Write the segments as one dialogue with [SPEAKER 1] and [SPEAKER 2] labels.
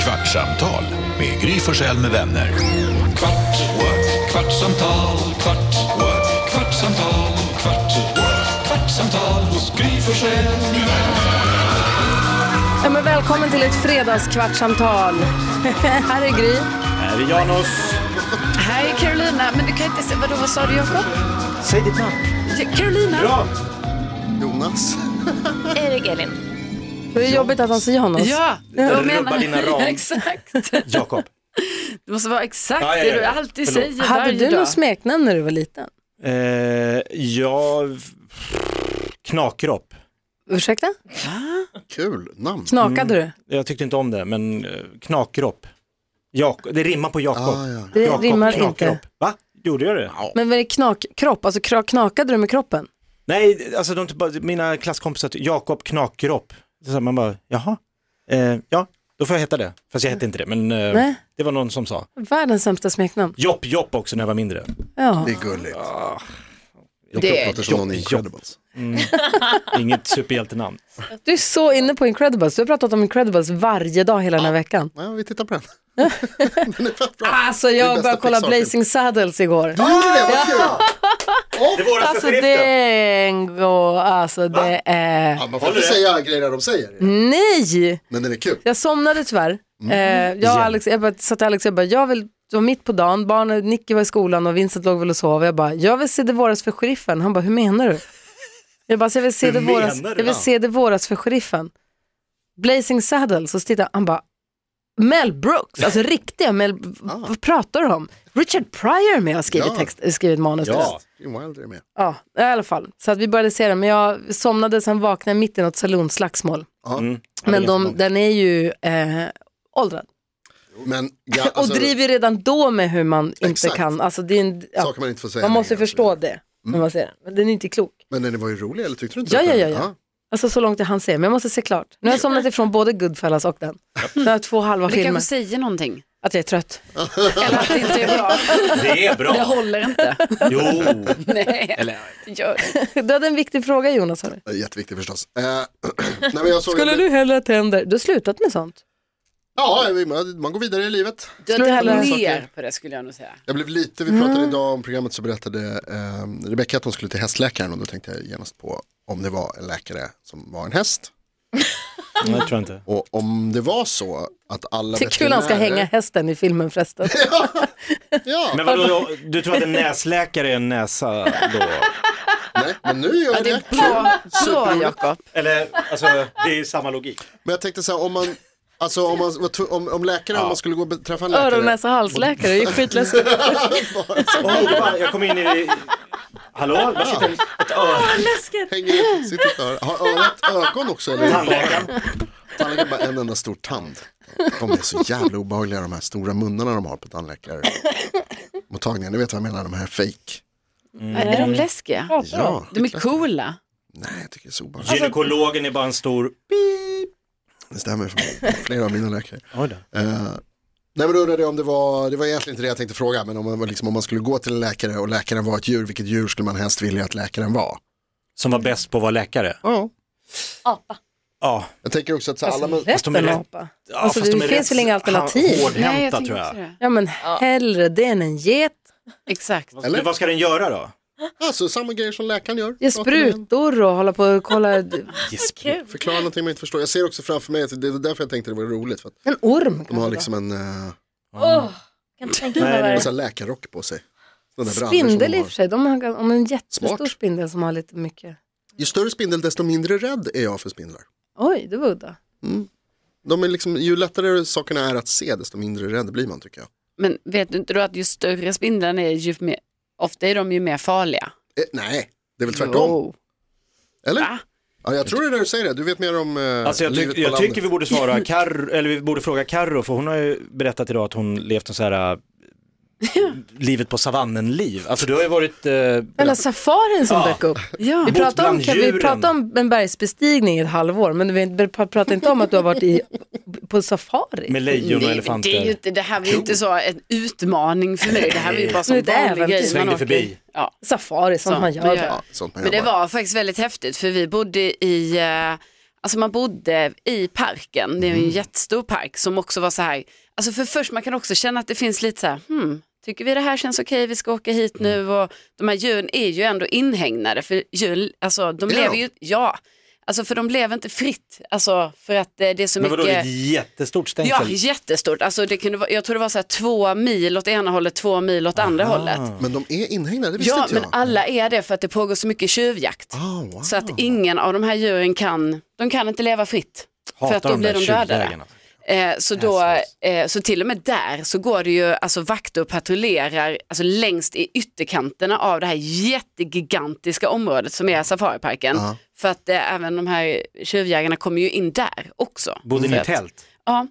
[SPEAKER 1] Kvartsamtal med Gry Forssell med vänner. Kvart, what? kvartsamtal, kvart, what? kvartsamtal, kvart, what? kvartsamtal hos Gry Forssell med vänner.
[SPEAKER 2] Ja, men välkommen till ett fredagskvartssamtal. Här är Gry.
[SPEAKER 3] Här är Janos.
[SPEAKER 4] Här är Carolina, men du kan inte säga, vadå, vad sa du Jakob?
[SPEAKER 3] Säg ditt namn.
[SPEAKER 4] Carolina.
[SPEAKER 3] Bra.
[SPEAKER 5] Jonas.
[SPEAKER 4] Erik Elin.
[SPEAKER 2] Det är jobbigt att han säger Jonas.
[SPEAKER 4] Ja,
[SPEAKER 3] Rubba dina ram.
[SPEAKER 4] exakt.
[SPEAKER 3] Jakob.
[SPEAKER 4] Det måste vara exakt
[SPEAKER 3] Ja, ja, ja.
[SPEAKER 4] det du alltid
[SPEAKER 3] Förlåt.
[SPEAKER 4] säger
[SPEAKER 2] Hade
[SPEAKER 4] varje
[SPEAKER 2] du
[SPEAKER 4] dag.
[SPEAKER 2] något smeknamn när du var liten?
[SPEAKER 3] Eh, jag... Knakropp.
[SPEAKER 2] Ursäkta?
[SPEAKER 5] Kul namn.
[SPEAKER 2] Knakade
[SPEAKER 5] Mm.
[SPEAKER 2] du?
[SPEAKER 3] Jag tyckte inte om det, men eh, knakropp. Jak- det rimmar på Jakob.
[SPEAKER 5] Ah, ja.
[SPEAKER 2] Det
[SPEAKER 3] Jakob,
[SPEAKER 2] rimmar
[SPEAKER 3] knakropp.
[SPEAKER 2] inte.
[SPEAKER 3] Va? Gjorde jag det?
[SPEAKER 2] Men var det knakkropp? Alltså kra- knakade du med kroppen?
[SPEAKER 3] Nej, alltså de, typ bara- mina klasskompisar, tyckte, Jakob knakropp. Så här, man bara, jaha. Eh, ja, då får jag heta det. Fast jag hette inte det, men eh,
[SPEAKER 2] Nej.
[SPEAKER 3] det var någon som sa.
[SPEAKER 2] Världens sämsta smeknamn.
[SPEAKER 3] Jopp, jopp också när jag var mindre.
[SPEAKER 2] Ja.
[SPEAKER 5] Det är gulligt.
[SPEAKER 2] Ah.
[SPEAKER 4] Det
[SPEAKER 5] Låter som någon i
[SPEAKER 3] jobb.
[SPEAKER 5] Incredibles.
[SPEAKER 3] Inget superhjältenamn.
[SPEAKER 2] Du är så inne på Incredibles. Du har pratat om Incredibles varje dag hela den här veckan.
[SPEAKER 5] Ja, vi tittar på den. den är fett bra.
[SPEAKER 2] Alltså
[SPEAKER 5] Det är
[SPEAKER 2] jag
[SPEAKER 5] bästa
[SPEAKER 2] började kolla
[SPEAKER 5] Pixar-film.
[SPEAKER 2] Blazing Saddles igår.
[SPEAKER 5] Du gjorde det, vad kul!
[SPEAKER 3] Det är våra
[SPEAKER 2] Alltså
[SPEAKER 3] Mm.
[SPEAKER 2] den går, alltså det är...
[SPEAKER 5] Ja, man får inte säga grejer de säger,
[SPEAKER 2] Nej!
[SPEAKER 5] men den är kul.
[SPEAKER 2] Jag somnade tyvärr.
[SPEAKER 3] Mm.
[SPEAKER 2] Eh, jag, och Alex, jag bara, sa till Alex, jag, bara, jag vill, det var mitt på dagen, barnen, Nicky var i skolan och Vincent låg väl och sov. Jag bara, jag vill se det våras för sheriffen. Han bara, hur menar du? Jag bara, så jag vill se,
[SPEAKER 3] Hur
[SPEAKER 2] det våras,
[SPEAKER 3] menar du?
[SPEAKER 2] jag vill se det våras för sheriffen. Blazing Saddles, och så tittar jag, han bara, Mel Brooks, alltså riktiga Mel,
[SPEAKER 3] Ah.
[SPEAKER 2] vad pratar du om? Richard Pryor med har skrivit,
[SPEAKER 5] Ja.
[SPEAKER 2] text, skrivit manus till den.
[SPEAKER 3] Ja,
[SPEAKER 5] Jim Wilder är med.
[SPEAKER 2] Ja, i alla fall. Så att vi började se den, men jag somnade sen vaknade jag mitt i något salonslagsmål.
[SPEAKER 5] Ja.
[SPEAKER 3] Mm.
[SPEAKER 2] Men de, den är ju eh, åldrad.
[SPEAKER 5] Men, ja,
[SPEAKER 2] Och
[SPEAKER 5] alltså,
[SPEAKER 2] driver ju redan då med hur man inte
[SPEAKER 5] Exakt.
[SPEAKER 2] kan, alltså det är en, ja,
[SPEAKER 5] saker man inte får säga.
[SPEAKER 2] man måste
[SPEAKER 5] längre, alltså.
[SPEAKER 2] förstå det. När man ser den. Men den är inte klok.
[SPEAKER 5] Men den var ju rolig, eller tyckte du inte
[SPEAKER 2] Ja,
[SPEAKER 5] att
[SPEAKER 2] ja,
[SPEAKER 5] den-
[SPEAKER 2] ja, ja. Alltså så långt jag hann se, men jag måste se klart. Nu har jag somnat ifrån både Goodfellas och den. Nu har jag två halva
[SPEAKER 4] Det
[SPEAKER 2] filmer.
[SPEAKER 4] kanske säger någonting.
[SPEAKER 2] Att jag är trött.
[SPEAKER 4] Eller att det inte är bra.
[SPEAKER 3] det är
[SPEAKER 4] Det
[SPEAKER 3] bra.
[SPEAKER 4] håller inte.
[SPEAKER 3] Jo.
[SPEAKER 4] Nej, det gör det.
[SPEAKER 2] Du hade en viktig fråga Jonas. Har du?
[SPEAKER 5] Det är Jätteviktig förstås. Eh, nej, men jag såg
[SPEAKER 2] Skulle du hellre ha tänder? Du har slutat med sånt.
[SPEAKER 5] Ja, man- man går vidare i livet.
[SPEAKER 4] Du
[SPEAKER 2] Slår
[SPEAKER 4] har
[SPEAKER 2] hellre-
[SPEAKER 4] gått ner på det skulle jag nog säga.
[SPEAKER 5] Jag blev lite, vi pratade
[SPEAKER 2] Mm.
[SPEAKER 5] idag om programmet så berättade eh, Rebecka att hon skulle till hästläkaren och då tänkte jag genast på om det var en läkare som var en häst.
[SPEAKER 3] Nej, jag tror inte.
[SPEAKER 5] Och om det var så att alla
[SPEAKER 2] Det är kul att han ska
[SPEAKER 5] veterinärer-
[SPEAKER 2] hänga hästen i filmen förresten.
[SPEAKER 5] Ja,
[SPEAKER 3] Men vadå, du tror att en näsläkare är en näsa då?
[SPEAKER 5] nej, men nu gör vi det.
[SPEAKER 4] Bra, bra
[SPEAKER 5] Superroligt.
[SPEAKER 4] Jakob.
[SPEAKER 3] Eller, alltså, det är ju samma logik.
[SPEAKER 5] Men jag tänkte så här, om man, alltså om, man, var tv- om, om läkaren, om man skulle gå och be- träffa en läkare.
[SPEAKER 2] Öron, näsa, halsläkare, det är ju skitläskigt.
[SPEAKER 3] Oj, det var- jag kom in i... Hallå? Där sitter en- ett öra.
[SPEAKER 5] Hänger ut, sitter och hör. Har örat ögon också? Eller?
[SPEAKER 3] Tandläkaren.
[SPEAKER 5] Tandläkaren bara en enda stor tand. De är så jävla obehagliga de här stora munnarna de har på tandläkarmottagningen. Ni vet vad jag menar, de här fake.
[SPEAKER 4] Är
[SPEAKER 3] Mm.
[SPEAKER 4] de läskiga?
[SPEAKER 5] Ja,
[SPEAKER 4] De är coola.
[SPEAKER 5] nej jag tycker det är så obehagligt.
[SPEAKER 3] Gynekologen är bara en stor...
[SPEAKER 5] Det stämmer för flera av mina läkare.
[SPEAKER 3] Oj då.
[SPEAKER 5] Eh, nej men då undrade jag om det var, det var egentligen inte det jag tänkte fråga, men om man, liksom, om man skulle gå till en läkare och läkaren var ett djur, vilket djur skulle man helst vilja att läkaren var?
[SPEAKER 3] Som var bäst på att vara läkare.
[SPEAKER 5] Ja.
[SPEAKER 3] Ja,
[SPEAKER 5] Jag tänker också att så här, alla, mun-
[SPEAKER 2] Lätt
[SPEAKER 3] de är
[SPEAKER 2] en
[SPEAKER 3] rätt-
[SPEAKER 2] apa.
[SPEAKER 3] ja
[SPEAKER 2] Alltså
[SPEAKER 3] fast
[SPEAKER 2] det
[SPEAKER 3] de är
[SPEAKER 2] finns
[SPEAKER 3] rätt
[SPEAKER 2] väl inga alternativ?
[SPEAKER 3] ha- Hårdhänta
[SPEAKER 4] tänker
[SPEAKER 3] tror
[SPEAKER 4] också
[SPEAKER 3] jag.
[SPEAKER 4] det.
[SPEAKER 2] Ja men hellre det än en get.
[SPEAKER 4] Exakt.
[SPEAKER 5] Eller?
[SPEAKER 3] Men Vad ska den göra då?
[SPEAKER 5] alltså samma grejer som läkaren gör.
[SPEAKER 2] Ge
[SPEAKER 5] Prata med en,
[SPEAKER 2] sprutor och hålla på och kolla.
[SPEAKER 5] Förklara någonting man inte förstår. Jag ser också framför mig, att det är därför jag tänkte det var roligt, för att
[SPEAKER 2] En orm.
[SPEAKER 5] de har liksom en, eh,
[SPEAKER 3] Nej,
[SPEAKER 5] en
[SPEAKER 3] nej.
[SPEAKER 5] sån här läkarrock på sig. Sådana där brallor som
[SPEAKER 2] Spindel
[SPEAKER 5] de
[SPEAKER 2] i
[SPEAKER 5] har.
[SPEAKER 2] och för sig. De har om en jättestor
[SPEAKER 5] Smart.
[SPEAKER 2] spindel som har lite mycket.
[SPEAKER 5] Ju större spindel desto mindre rädd är jag för spindlar.
[SPEAKER 2] Oj, det var udda.
[SPEAKER 5] De är liksom, ju lättare sakerna är att se desto mindre rädd blir man tycker jag.
[SPEAKER 4] Men vet du inte då att ju större spindlarna är, ju mer, ofta är de ju mer farliga.
[SPEAKER 5] Eh, nej, det är väl tvärtom.
[SPEAKER 4] Jo.
[SPEAKER 5] Eller?
[SPEAKER 4] Va?
[SPEAKER 5] Ja, jag tror det är när du säger det. Du vet mer om eh,
[SPEAKER 3] Alltså jag,
[SPEAKER 5] livet
[SPEAKER 3] tyck,
[SPEAKER 5] på
[SPEAKER 3] jag
[SPEAKER 5] landet.
[SPEAKER 3] tycker vi borde svara Kar, eller vi borde fråga Carro för hon har ju berättat idag att hon levt en så här äh, livet på savannen-liv. Alltså du har ju varit, eh,
[SPEAKER 2] Eller alltså, safarin som
[SPEAKER 3] Ja.
[SPEAKER 2] dök upp.
[SPEAKER 4] Ja.
[SPEAKER 2] Vi
[SPEAKER 3] Bott
[SPEAKER 2] pratade, om,
[SPEAKER 3] bland
[SPEAKER 2] kan vi
[SPEAKER 3] djuren.
[SPEAKER 2] pratade om en bergsbestigning i ett halvår men vi pr- pr- pratade inte om att du har varit i, på safari.
[SPEAKER 3] med lejon och
[SPEAKER 4] Nej, men
[SPEAKER 3] elefanter.
[SPEAKER 4] Det, är ju inte, det här var ju inte så en utmaning för mig. Det här var ju bara som
[SPEAKER 2] Det är ett
[SPEAKER 4] vanlig
[SPEAKER 2] äventyr.
[SPEAKER 4] grej.
[SPEAKER 3] Svängde
[SPEAKER 4] man åker-
[SPEAKER 3] förbi.
[SPEAKER 4] Ja.
[SPEAKER 2] Safari som
[SPEAKER 4] Så,
[SPEAKER 2] man
[SPEAKER 4] man
[SPEAKER 2] gör.
[SPEAKER 4] gör.
[SPEAKER 5] Ja, sånt man
[SPEAKER 4] Men det
[SPEAKER 5] gör bara.
[SPEAKER 4] var faktiskt väldigt häftigt för vi bodde i eh, Alltså man bodde i parken, det är ju en jättestor park som också var så här, alltså för först man kan också känna att det finns lite så här, hmm, tycker vi det här känns okej, vi ska åka hit nu och de här djuren är ju ändå inhägnade för djur, alltså de
[SPEAKER 5] Är de?
[SPEAKER 4] lever ju, ja, alltså för de lever inte fritt, alltså för att eh, det är så
[SPEAKER 3] Men
[SPEAKER 4] mycket.
[SPEAKER 3] vadå, det är ett jättestort
[SPEAKER 4] Ja,
[SPEAKER 3] stängsel?
[SPEAKER 4] jättestort. Alltså det kunde vara, jag tror det var så här två mil åt ena hållet, två mil åt andra hållet.
[SPEAKER 5] Men de är inhägnade, det visste
[SPEAKER 4] Ja,
[SPEAKER 5] inte jag.
[SPEAKER 4] men alla är det för att det pågår så mycket tjuvjakt.
[SPEAKER 5] Ah, wow.
[SPEAKER 4] Så att ingen av de här djuren kan, de kan inte leva fritt. för att då
[SPEAKER 3] de
[SPEAKER 4] blir
[SPEAKER 3] där
[SPEAKER 4] de dödade.
[SPEAKER 3] tjuvjägarna.
[SPEAKER 4] Eh, så, då, eh, så till och med där så går det ju alltså, vakter och patrullerar alltså, längst i ytterkanterna av det här jättegigantiska området som är safariparken. För att eh, även de här tjuvjägarna kommer ju in där också.
[SPEAKER 3] Bodde ni
[SPEAKER 4] För
[SPEAKER 3] i
[SPEAKER 4] att-
[SPEAKER 3] tält?
[SPEAKER 4] Ja,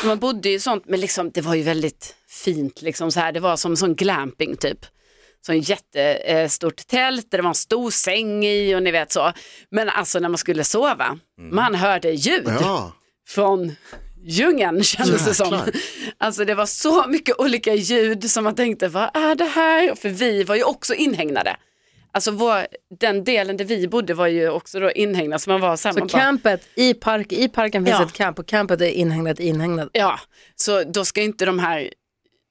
[SPEAKER 4] Så man bodde ju i sånt, men liksom, det var ju väldigt fint. Liksom, så här. Det var som sån glamping typ. Så en jättestort tält där det var en stor säng i och ni vet så. Men alltså när man skulle sova, man hörde ljud
[SPEAKER 5] Mm. Ja,
[SPEAKER 4] från djungeln kändes det som.
[SPEAKER 5] Jäklar.
[SPEAKER 4] Alltså det var så mycket olika ljud som man tänkte, vad är det här? För vi var ju också inhägnade. Alltså vår, den delen där vi bodde var ju också då inhägnad så man var samma.
[SPEAKER 2] Så campet i, park, i parken finns
[SPEAKER 4] Ja.
[SPEAKER 2] ett camp och campet är inhägnat inhägnat.
[SPEAKER 4] Ja, så då ska inte de här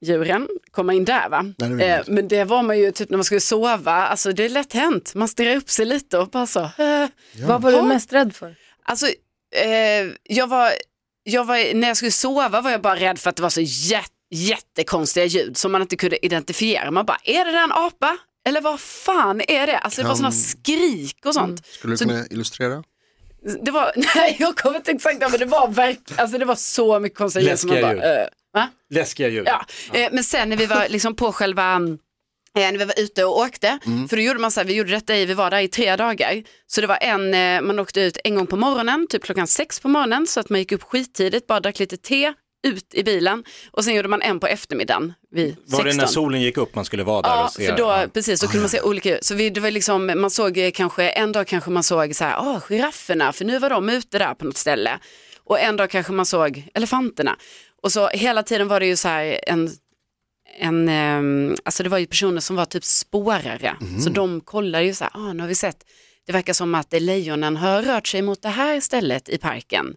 [SPEAKER 4] djuren komma in där va?
[SPEAKER 5] det vill jag
[SPEAKER 4] eh,
[SPEAKER 5] inte.
[SPEAKER 4] men det var man ju typ när man skulle sova, alltså det är lätt hänt, man stirrar upp sig lite och bara så. Eh.
[SPEAKER 2] Vad var du
[SPEAKER 4] Ja.
[SPEAKER 2] mest rädd för?
[SPEAKER 4] Alltså, eh, jag var, jag var, när jag skulle sova var jag bara rädd för att det var så jät, jättekonstiga ljud som man inte kunde identifiera. Man bara, är det där en apa? Eller vad fan är det? Alltså det var
[SPEAKER 5] Kan-
[SPEAKER 4] sådana skrik och sånt.
[SPEAKER 5] skulle du
[SPEAKER 4] Så-
[SPEAKER 5] kunna illustrera?
[SPEAKER 2] Mm.
[SPEAKER 4] Det var, nej jag kommer inte exakt ihåg, men det var verkligen, alltså det var så mycket konstiga ljud. som man
[SPEAKER 3] Läskiga
[SPEAKER 4] bara, eh, va?
[SPEAKER 3] Läskiga djur.
[SPEAKER 4] Ja. Eh, men sen när vi var liksom på själva eh, när vi var ute och åkte, för då gjorde man så här, vi gjorde detta i, vi var där i tre dagar, så det var en, eh, man åkte ut en gång på morgonen, typ klockan sex på morgonen, så att man gick upp skittidigt, bara drack lite te, ut i bilen och sen gjorde man en på eftermiddagen vid
[SPEAKER 3] Var det
[SPEAKER 4] 16.
[SPEAKER 3] när solen gick upp man skulle vara där
[SPEAKER 4] Ja,
[SPEAKER 3] och se?
[SPEAKER 4] för då,
[SPEAKER 3] Ja.
[SPEAKER 4] precis, så kunde man se olika ut. Så vi, det var liksom, man såg eh, kanske, en dag kanske man såg så här, ah, girafferna, för nu var de ute där på något ställe. Och en dag kanske man såg elefanterna. Och så hela tiden var det ju så här en, en ehm, alltså det var ju personer som var typ spårare. Så de kollade ju så här, ah, nu har vi sett, det verkar som att eh, lejonen har rört sig mot det här stället i parken.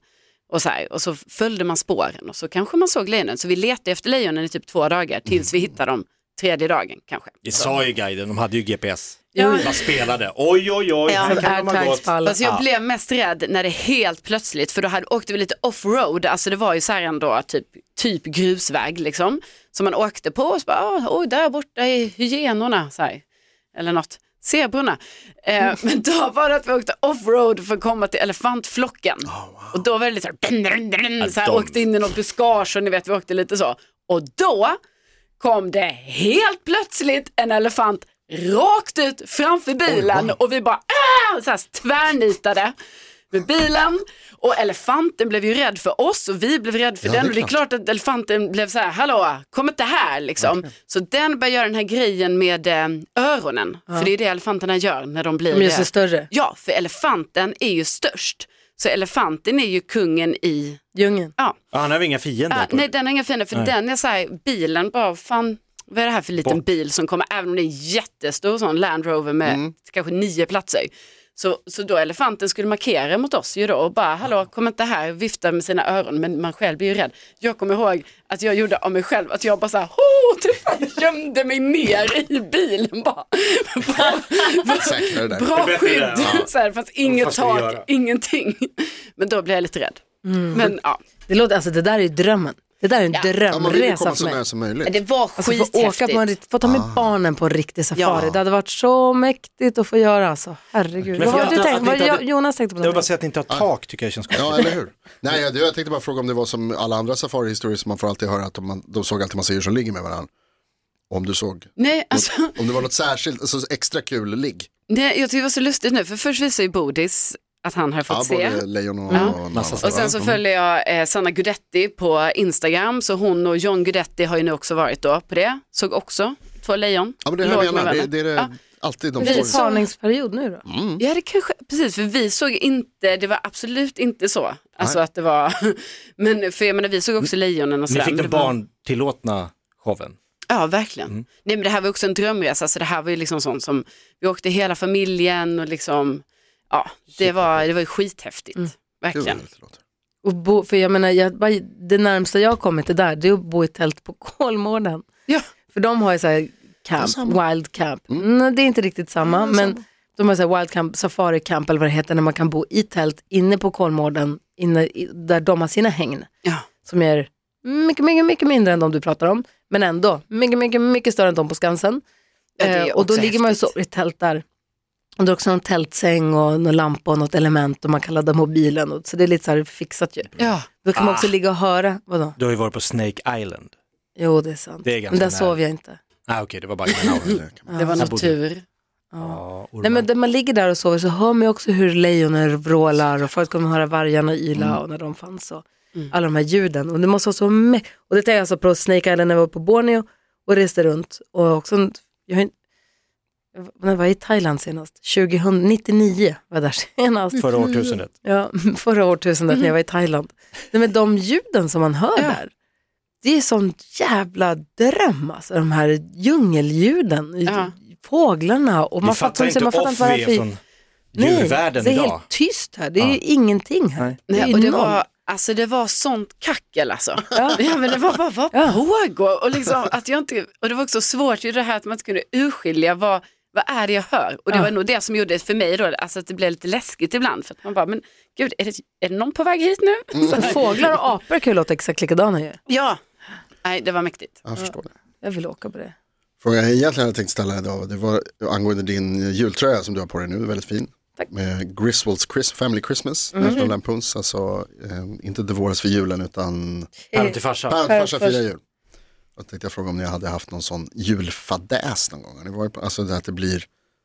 [SPEAKER 4] Och så, här, och så följde man spåren och så kanske man såg lejonen. Så vi letade efter lejonen i typ två dagar tills vi hittade dem tredje dagen kanske.
[SPEAKER 3] Det sa ju guiden, de hade ju GPS.
[SPEAKER 2] Ja.
[SPEAKER 3] Man spelade, oj oj oj,
[SPEAKER 4] Ja.
[SPEAKER 3] här
[SPEAKER 2] Som
[SPEAKER 3] kan de ha
[SPEAKER 2] airtags
[SPEAKER 3] gått.
[SPEAKER 2] på alla.
[SPEAKER 4] Fast jag blev mest rädd när det helt plötsligt, för då hade, åkte vi lite offroad, alltså det var ju så här ändå typ, typ grusväg liksom, som man åkte på och så bara, "Ah, oj där borta är hyenorna, så här, eller något, zebrorna. Eh, men då var det att vi åkte offroad för att komma till elefantflocken. Och då var det lite så här, dun, dun, dun, så här
[SPEAKER 3] de-
[SPEAKER 4] åkte in i något buskage och ni vet, vi åkte lite så. Och då kom det helt plötsligt en elefant rakt ut framför bilen och vi bara "Ah!" så här tvärnitade med bilen och elefanten blev ju rädd för oss och vi blev rädda för
[SPEAKER 5] Ja,
[SPEAKER 4] den
[SPEAKER 5] det är
[SPEAKER 4] och det är klart att elefanten blev så här, hallå, kom inte här liksom. Så den började göra den här grejen med eh, öronen, för det är det elefanterna gör när de blir
[SPEAKER 2] De gör sig
[SPEAKER 4] eh,
[SPEAKER 2] större.
[SPEAKER 4] Ja, för elefanten är ju störst. Så elefanten är ju kungen i,
[SPEAKER 2] Djungeln.
[SPEAKER 4] ja,
[SPEAKER 3] Ja, han har väl inga fiender?
[SPEAKER 4] Ah, nej den har inga fiender för den är så här, bilen bara, fan vad är det här för liten
[SPEAKER 3] Bort.
[SPEAKER 4] bil som kommer, även om det är en jättestor sån Land Rover med kanske nio platser. Så, så då elefanten skulle markera mot oss ju då och bara, hallå kom inte här, vifta med sina öron, men man själv blir ju rädd. Jag kommer ihåg att jag gjorde av mig själv, att jag bara så här, "Ho!" typ, gömde mig ner i bilen bara. bara
[SPEAKER 5] Säkrare där.
[SPEAKER 4] Bra
[SPEAKER 3] Det är bättre
[SPEAKER 4] skydd,
[SPEAKER 3] det, ja.
[SPEAKER 4] så här, fast inget
[SPEAKER 3] Vad ska vi
[SPEAKER 4] tak,
[SPEAKER 3] göra?
[SPEAKER 4] ingenting. Men då blev jag lite rädd. Men ja.
[SPEAKER 2] Det, låter, alltså, det där är ju drömmen. Det där är en
[SPEAKER 4] Ja.
[SPEAKER 5] Ja, man vill ju
[SPEAKER 2] drömresa
[SPEAKER 5] komma
[SPEAKER 2] för
[SPEAKER 5] så
[SPEAKER 2] mig.
[SPEAKER 5] nära som möjligt.
[SPEAKER 4] Det var
[SPEAKER 2] Alltså, få, åka
[SPEAKER 4] skithäftigt.
[SPEAKER 2] på en, rikt- få ta
[SPEAKER 3] Ah.
[SPEAKER 2] med barnen på en riktig safari.
[SPEAKER 4] Ja.
[SPEAKER 2] Det hade varit så mäktigt att få göra alltså. Herregud.
[SPEAKER 3] Men
[SPEAKER 2] Vad
[SPEAKER 3] för
[SPEAKER 2] var
[SPEAKER 3] att-
[SPEAKER 2] det du
[SPEAKER 3] att
[SPEAKER 2] tänkte?
[SPEAKER 3] inte
[SPEAKER 2] Vad
[SPEAKER 3] hade-
[SPEAKER 2] Jo- Jonas tänkte på
[SPEAKER 3] Jag vill bara
[SPEAKER 2] det.
[SPEAKER 3] säga att inte ha tak tycker jag känns konstigt.
[SPEAKER 5] Ja, eller hur? Nej, jag, jag tänkte bara fråga om det var som alla andra safarihistorier som man får alltid höra att de, man, de såg alltid massa djur som ligger med varandra. Om du såg,
[SPEAKER 4] Nej, alltså,
[SPEAKER 5] om det var något särskilt, alltså extra kul ligg.
[SPEAKER 4] nej, jag tycker det var så lustigt nu, för först visar ju Bodis att han har fått
[SPEAKER 5] Ja,
[SPEAKER 4] se.
[SPEAKER 5] både lejon och,
[SPEAKER 4] Ja.
[SPEAKER 5] och en annan,
[SPEAKER 4] Och sen
[SPEAKER 5] va?
[SPEAKER 4] så
[SPEAKER 5] Mm.
[SPEAKER 4] följer jag eh, Sanna Gudetti på Instagram, så hon och John Gudetti har ju nu också varit då på det. Såg också två lejon.
[SPEAKER 5] Ja, men det är det
[SPEAKER 4] Låg
[SPEAKER 5] jag
[SPEAKER 4] med
[SPEAKER 5] menar. Det,
[SPEAKER 4] varandra.
[SPEAKER 5] det är det,
[SPEAKER 4] Ja.
[SPEAKER 5] alltid de
[SPEAKER 2] Det är
[SPEAKER 5] står
[SPEAKER 2] en parningsperiod nu då.
[SPEAKER 4] Ja, det kanske, precis, för vi såg inte, det var absolut inte så. Alltså att det var, men för jag menar, vi såg också lejonen och
[SPEAKER 3] Ni
[SPEAKER 4] sådär.
[SPEAKER 3] fick
[SPEAKER 4] men
[SPEAKER 3] den
[SPEAKER 4] det var-
[SPEAKER 3] barntillåtna showen.
[SPEAKER 4] Ja, verkligen. Nej, men det här var också en drömresa, så det här var ju liksom sånt som, vi åkte hela familjen och liksom, ja, det var, det var ju skithäftigt.
[SPEAKER 5] Gud, vad
[SPEAKER 4] verkligen.
[SPEAKER 5] roligt det låter.
[SPEAKER 2] Och bo, för jag menar, jag, bara- det närmsta jag har kommit det där, det är att bo i tält på Kolmården.
[SPEAKER 4] Ja.
[SPEAKER 2] För de har ju så här camp, wild camp.
[SPEAKER 3] Mm.
[SPEAKER 2] Nej, det är inte riktigt samma, men de har så här wild camp, safari camp eller vad det heter, när man kan bo i tält inne på Kolmården, inne, i- där de har sina hägn.
[SPEAKER 4] Ja.
[SPEAKER 2] Som är mycket, mycket, mycket mindre än de du pratar om, men ändå mycket, mycket, mycket större än de på Skansen.
[SPEAKER 4] Ja, det är
[SPEAKER 2] Eh, och då
[SPEAKER 4] också
[SPEAKER 2] ligger man ju så
[SPEAKER 4] häftigt.
[SPEAKER 2] i tält där. Och det är också en tältsäng och någon lampa och något element och man kan ladda mobilen. Och, så det är lite så här fixat ju.
[SPEAKER 4] Ja.
[SPEAKER 2] Då
[SPEAKER 3] Ah.
[SPEAKER 2] kan man också ligga och höra. Vadå?
[SPEAKER 3] Du har ju varit på Snake Island.
[SPEAKER 2] Jo, det är sant.
[SPEAKER 3] Det är ganska
[SPEAKER 2] men där
[SPEAKER 3] nära.
[SPEAKER 2] sov jag inte.
[SPEAKER 3] Ah, Okej, det var bara en
[SPEAKER 5] Ja, det kan man-
[SPEAKER 4] Det var
[SPEAKER 3] Jag bodde-
[SPEAKER 4] natur.
[SPEAKER 3] Ja,
[SPEAKER 2] Nej, men där man ligger där och sover så hör man ju också hur lejonen vrålar och förut kommer man höra vargarna yla och när de fanns och alla de här ljuden. Och det måste vara så mä- Och det är alltså på Snake Island när vi var på Borneo och reste runt. Och också, en- jag, har ju- när jag var i Thailand senast, 2099 var jag där senast.
[SPEAKER 3] Förra årtusendet.
[SPEAKER 2] Ja, förra årtusendet när jag var i Thailand. Nej, men de ljuden som man hör där, det är sån jävla dröm alltså. De här djungelljuden, i-
[SPEAKER 4] Ja.
[SPEAKER 2] fåglarna och man fattar, inte, man fattar inte vad det är för...
[SPEAKER 3] från djurvärlden
[SPEAKER 2] det är
[SPEAKER 3] idag.
[SPEAKER 2] helt tyst här, det är
[SPEAKER 3] Ja.
[SPEAKER 2] ju ingenting här.
[SPEAKER 3] Nej.
[SPEAKER 2] är
[SPEAKER 4] Nej, och det
[SPEAKER 2] noll.
[SPEAKER 4] var, alltså det var sånt kackel alltså. Ja. men det var bara, vad pågår? Och, liksom, att jag inte, och det var också svårt ju det här att man inte kunde urskilja vad, vad är det jag hör? Och det
[SPEAKER 2] Ja.
[SPEAKER 4] var nog det som gjorde för mig då, alltså att det blev lite läskigt ibland. För att man bara, men gud, är det, är det någon på väg hit nu?
[SPEAKER 2] Mm.
[SPEAKER 4] Så,
[SPEAKER 2] Fåglar och apor kan ju låta exakt likadana ju.
[SPEAKER 4] ja, nej det var mäktigt.
[SPEAKER 5] Jag förstår det.
[SPEAKER 2] Jag vill åka på det.
[SPEAKER 5] Frågan jag egentligen hade tänkt ställa idag, det var angående din jultröja som du har på dig nu, väldigt fin.
[SPEAKER 2] Tack. Mhm.
[SPEAKER 5] Med Griswolds Chris, Family Christmas, National Lampoons, alltså eh, inte Det våras för julen utan
[SPEAKER 3] Päron till farsan.
[SPEAKER 5] Päron farsa
[SPEAKER 2] Päron
[SPEAKER 5] firar jul. Jag tänkte jag fråga om ni hade haft någon sån julfadäs någon gång. Har Ni varit på, alltså det att det blir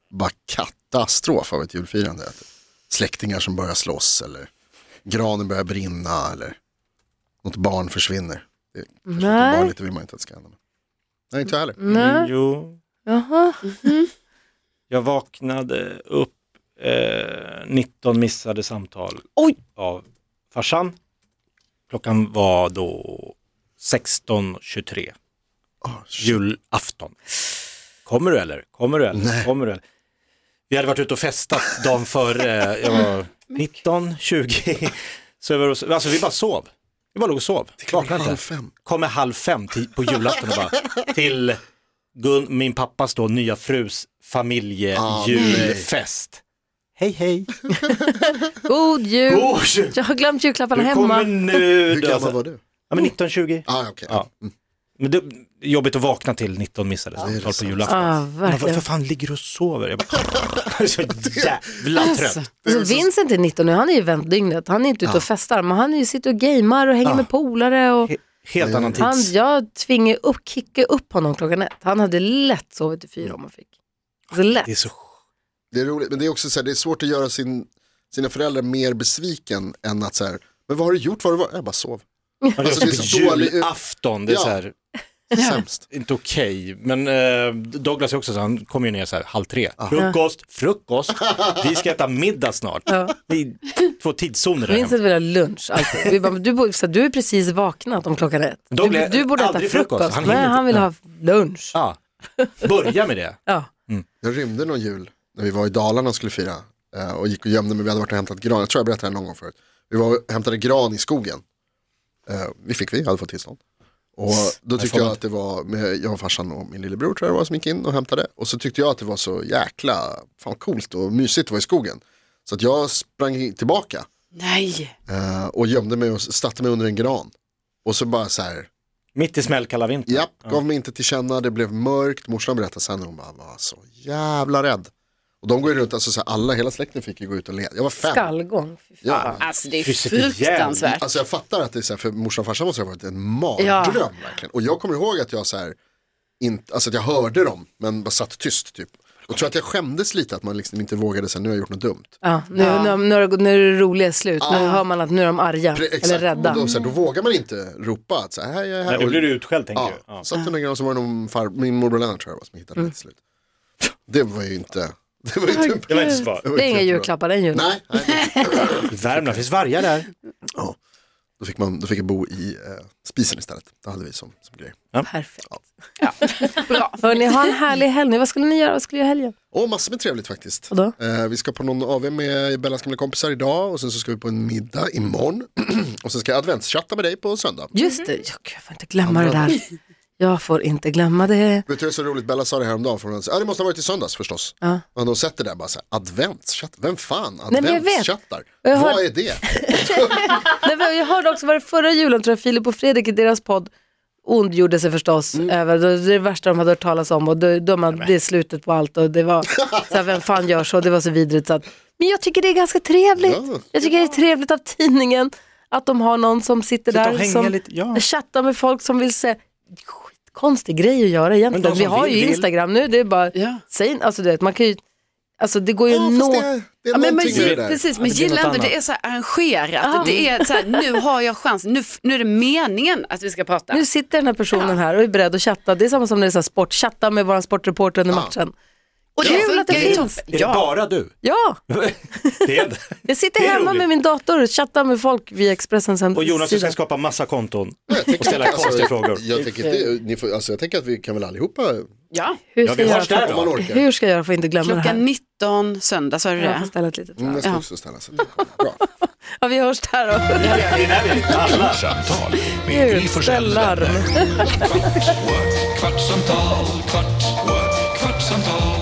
[SPEAKER 5] bara katastrof av ett julfirande. Att släktingar som börjar slåss eller granen börjar brinna eller något barn försvinner. Det är kanske inte
[SPEAKER 2] Nej. Mm.
[SPEAKER 5] barn lite vill man inte att det ska hända. men- Nej, inte jag heller.
[SPEAKER 2] Nej.
[SPEAKER 3] Jo,
[SPEAKER 2] Jaha.
[SPEAKER 3] jag vaknade upp eh, 19 missade samtal
[SPEAKER 4] Oj!
[SPEAKER 3] av farsan. Klockan var då 16.23,
[SPEAKER 5] Åh,
[SPEAKER 3] julafton. Kommer du eller? Kommer du eller?
[SPEAKER 5] Nej.
[SPEAKER 3] Kommer du eller? Vi hade varit ute och festat dagen före, jag var 19, 20. Så jag var, och- alltså vi bara sov. Vi bara låg och sov. Vaknade inte.
[SPEAKER 5] Halv fem.
[SPEAKER 3] kommer halv fem till, på julafton och bara till Gun, min pappas då nya frus
[SPEAKER 5] Ah,
[SPEAKER 3] familjejulfest. hej hej!
[SPEAKER 2] God jul!
[SPEAKER 3] Gosh!
[SPEAKER 2] Jag har glömt julklapparna
[SPEAKER 3] Du
[SPEAKER 2] hemma.
[SPEAKER 3] kommer nu!
[SPEAKER 5] Hur
[SPEAKER 3] Du,
[SPEAKER 5] gammal
[SPEAKER 3] alltså.
[SPEAKER 5] var du?
[SPEAKER 3] Ja men 1920.
[SPEAKER 5] Ah, okay.
[SPEAKER 3] Ja. Men det, jobbigt att vakna till 19 missade
[SPEAKER 5] det är
[SPEAKER 3] samtal på
[SPEAKER 5] sant.
[SPEAKER 3] julafton.
[SPEAKER 2] Ah,
[SPEAKER 3] Man bara,
[SPEAKER 2] verkligen.
[SPEAKER 3] för fan ligger du och sover? Jag bara, så jävla trött.
[SPEAKER 2] Alltså, Vincent är 19 nu, han är ju vänt dygnet. Han är inte ute och festar, men han är ju sitter och gamer och hänger
[SPEAKER 3] Ja.
[SPEAKER 2] med polare. Och...
[SPEAKER 3] He- Helt annan
[SPEAKER 2] Han,
[SPEAKER 3] tids.
[SPEAKER 2] jag tvingade upp, kickade upp honom klockan ett. Han hade lätt sovit i fyra om han fick. Alltså lätt.
[SPEAKER 3] Det är så
[SPEAKER 5] Det är roligt, men det är också så här, det är svårt att göra sin, sina föräldrar mer besviken än att så här, men vad har du gjort? Vad har du varit? Jag bara sov.
[SPEAKER 3] Man gör
[SPEAKER 5] Alltså, det är
[SPEAKER 3] typ
[SPEAKER 5] så dålig-
[SPEAKER 3] julafton, det är
[SPEAKER 5] Ja.
[SPEAKER 3] så här,
[SPEAKER 5] Sämst.
[SPEAKER 3] inte okej. Men eh, Douglas är också så, han kommer ju ner så här halv tre. Frukost, frukost, vi ska äta middag snart. Det är två tidszoner där hemma.
[SPEAKER 2] Vincent vill ha lunch alltid. Vi bara, men du, borde- så här, du är precis vaknat om klockan ett.
[SPEAKER 3] Då blir
[SPEAKER 2] Du,
[SPEAKER 3] jag
[SPEAKER 2] du borde äta
[SPEAKER 3] aldrig
[SPEAKER 2] frukost.
[SPEAKER 3] frukost. Han hinner
[SPEAKER 2] Nej,
[SPEAKER 3] inte.
[SPEAKER 2] han vill
[SPEAKER 3] Nej.
[SPEAKER 2] ha lunch.
[SPEAKER 3] Ja. Börja med det.
[SPEAKER 2] Ja.
[SPEAKER 5] Jag rymde någon jul när vi var i Dalarna och skulle fira eh, och gick och gömde mig. Vi hade varit och hämtat gran. Jag tror jag berättade det någon gång förut. Vi var och hämtade gran i skogen. Eh, Vi fick vi, hade fått tillstånd. Och då tyckte jag att det var, med, jag och farsan och min lillebror tror jag det var som gick in och hämtade. Och så tyckte jag att det var så jäkla, fan coolt och mysigt att vara i skogen. Så att jag sprang tillbaka
[SPEAKER 4] Nej,
[SPEAKER 5] eh, och gömde mig och satte mig under en gran. Och så bara så här,
[SPEAKER 3] Mitt i smällkalla vintern.
[SPEAKER 5] Japp, gav mig inte till känna, det blev mörkt. Morsan berättade sen och hon bara var så jävla rädd. Och de går ju runt, alltså så här, alla, hela släkten fick ju gå ut och leda. Jag var fem.
[SPEAKER 2] Skallgång. Fy fan.
[SPEAKER 5] Ja.
[SPEAKER 4] alltså det är
[SPEAKER 3] Fryser till jävligt.
[SPEAKER 4] fruktansvärt.
[SPEAKER 5] Alltså jag fattar att det är så här, för morsan och farsan måste ha varit en mardröm verkligen. Och jag kommer ihåg att jag så här, inte, alltså att jag hörde dem, men bara satt tyst typ. Och tror att jag skämdes lite att man liksom inte vågade säga nu har jag gjort något dumt.
[SPEAKER 2] Ja, nu, Nu, har- nu, har det gått- nu är det roliga slut. Nu hör man att nu är de arga
[SPEAKER 5] Pre-
[SPEAKER 2] eller rädda.
[SPEAKER 5] Och då, så här, då vågar man inte ropa att så här, här, jag är här.
[SPEAKER 3] Nej, då
[SPEAKER 5] Och-
[SPEAKER 3] blir du utskälld tänker
[SPEAKER 5] Ja,
[SPEAKER 3] du. Ja.
[SPEAKER 5] satt under gran så var det någon far, min morbror Lennart tror jag det var som hittade
[SPEAKER 2] Mm.
[SPEAKER 5] det till slut. Det var ju inte, det var ju inte
[SPEAKER 3] Det var inte så bra.
[SPEAKER 5] var
[SPEAKER 2] Det är inga
[SPEAKER 5] inte bra.
[SPEAKER 2] julklappar den julen.
[SPEAKER 5] Nej, nej.
[SPEAKER 3] I Värmland finns vargar där.
[SPEAKER 5] Ja. Då fick, man, då fick jag bo i eh, spisen istället. Det hade vi som, som grej.
[SPEAKER 2] Perfekt.
[SPEAKER 4] Bra.
[SPEAKER 2] Hörni, ha en härlig helg nu. Vad skulle ni göra? Vad skulle jag göra i helgen?
[SPEAKER 5] Och massor med trevligt faktiskt.
[SPEAKER 2] Vadå?
[SPEAKER 5] Eh, vi ska på någon AV med Bellas gamla kompisar idag och sen så ska vi på en middag imorgon. och sen ska jag adventschatta med dig på söndag.
[SPEAKER 2] Just det, jag jag får inte glömma det där. Jag får inte glömma det.
[SPEAKER 5] Vet du det är så roligt, Bella sa det häromdagen, för hon sa, ja, det måste ha varit i söndags förstås.
[SPEAKER 2] Ja.
[SPEAKER 5] Och hon har sett det där bara så här, adventschatt, vem fan
[SPEAKER 2] Nej, men jag vet.
[SPEAKER 5] adventschattar?
[SPEAKER 2] Jag har-
[SPEAKER 5] Vad är det?
[SPEAKER 2] Nej, men jag hörde också, var det förra julen tror jag, Filip och Fredrik i deras podd ondgjorde sig förstås över det, det värsta de hade hört talas om och det, de hade, det är slutet på allt och det var så här, vem fan gör så, det var så vidrigt. Så att, men jag tycker det är ganska trevligt.
[SPEAKER 5] Ja.
[SPEAKER 2] Jag tycker det är trevligt av tidningen att de har någon som sitter
[SPEAKER 3] Sitta och
[SPEAKER 2] där
[SPEAKER 3] hänga
[SPEAKER 2] som
[SPEAKER 3] lite, ja.
[SPEAKER 2] chattar med folk som vill se. Skitkonstig grej att göra
[SPEAKER 3] Men
[SPEAKER 2] egentligen.
[SPEAKER 3] de
[SPEAKER 2] Vi
[SPEAKER 3] som
[SPEAKER 2] har
[SPEAKER 3] vill,
[SPEAKER 2] ju
[SPEAKER 3] vill.
[SPEAKER 2] Instagram nu, det är bara,
[SPEAKER 4] Ja.
[SPEAKER 2] säg, alltså du vet, man kan ju, alltså det går ju
[SPEAKER 5] Ja,
[SPEAKER 2] att
[SPEAKER 5] fast
[SPEAKER 2] nå.
[SPEAKER 5] det är, det är
[SPEAKER 4] Ja, men man,
[SPEAKER 5] någonting med det där.
[SPEAKER 4] precis, men
[SPEAKER 3] Att Alltså, det blir
[SPEAKER 4] gilla
[SPEAKER 3] något
[SPEAKER 4] ändå, det
[SPEAKER 3] annat.
[SPEAKER 4] är så här arrangerat. Det är så här, nu har jag chans, nu, f- nu är det meningen att vi ska prata.
[SPEAKER 2] Nu sitter den här personen här och är beredd att chatta. Det är samma som när det är så här sport, chatta med vår sportreporter under matchen.
[SPEAKER 4] och
[SPEAKER 2] kul att det
[SPEAKER 4] funkar ju
[SPEAKER 2] finns.
[SPEAKER 4] toppen.
[SPEAKER 3] Är det
[SPEAKER 4] Ja.
[SPEAKER 3] bara du?
[SPEAKER 2] Ja,
[SPEAKER 3] Det är det.
[SPEAKER 2] jag sitter
[SPEAKER 3] Det är
[SPEAKER 2] hemma
[SPEAKER 3] roligt.
[SPEAKER 2] med min dator och chattar med folk via Expressens hemsida.
[SPEAKER 3] Och Jonas, du ska skapa massa konton
[SPEAKER 5] Jag tänker-
[SPEAKER 3] och ställa
[SPEAKER 5] alltså,
[SPEAKER 3] konstiga frågor.
[SPEAKER 5] Jag tänker, det, ni får, alltså, jag tänker att vi kan väl allihopa,
[SPEAKER 4] Ja.
[SPEAKER 2] Hur
[SPEAKER 3] Ja,
[SPEAKER 2] ska,
[SPEAKER 3] vi
[SPEAKER 2] jag
[SPEAKER 3] hörs
[SPEAKER 2] göra
[SPEAKER 3] där
[SPEAKER 5] om man
[SPEAKER 3] då.
[SPEAKER 2] för,
[SPEAKER 5] orkar.
[SPEAKER 2] hur ska jag göra för att inte glömma
[SPEAKER 4] Klockan
[SPEAKER 2] det
[SPEAKER 4] 19 söndag, sa du
[SPEAKER 2] här? Jag får
[SPEAKER 4] det?
[SPEAKER 2] ställa ett litet
[SPEAKER 5] Mm,
[SPEAKER 2] larm.
[SPEAKER 5] jag ska
[SPEAKER 4] Ja.
[SPEAKER 5] också ställa sig. Bra.
[SPEAKER 2] Ja, vi hörs där då.
[SPEAKER 3] Det är där vi alla.
[SPEAKER 1] Kvartsamtal med Gry Forssell med
[SPEAKER 2] Utställarm.
[SPEAKER 1] vänner. Kvart, what? kvartsamtal, kvart, what? kvartsamtal,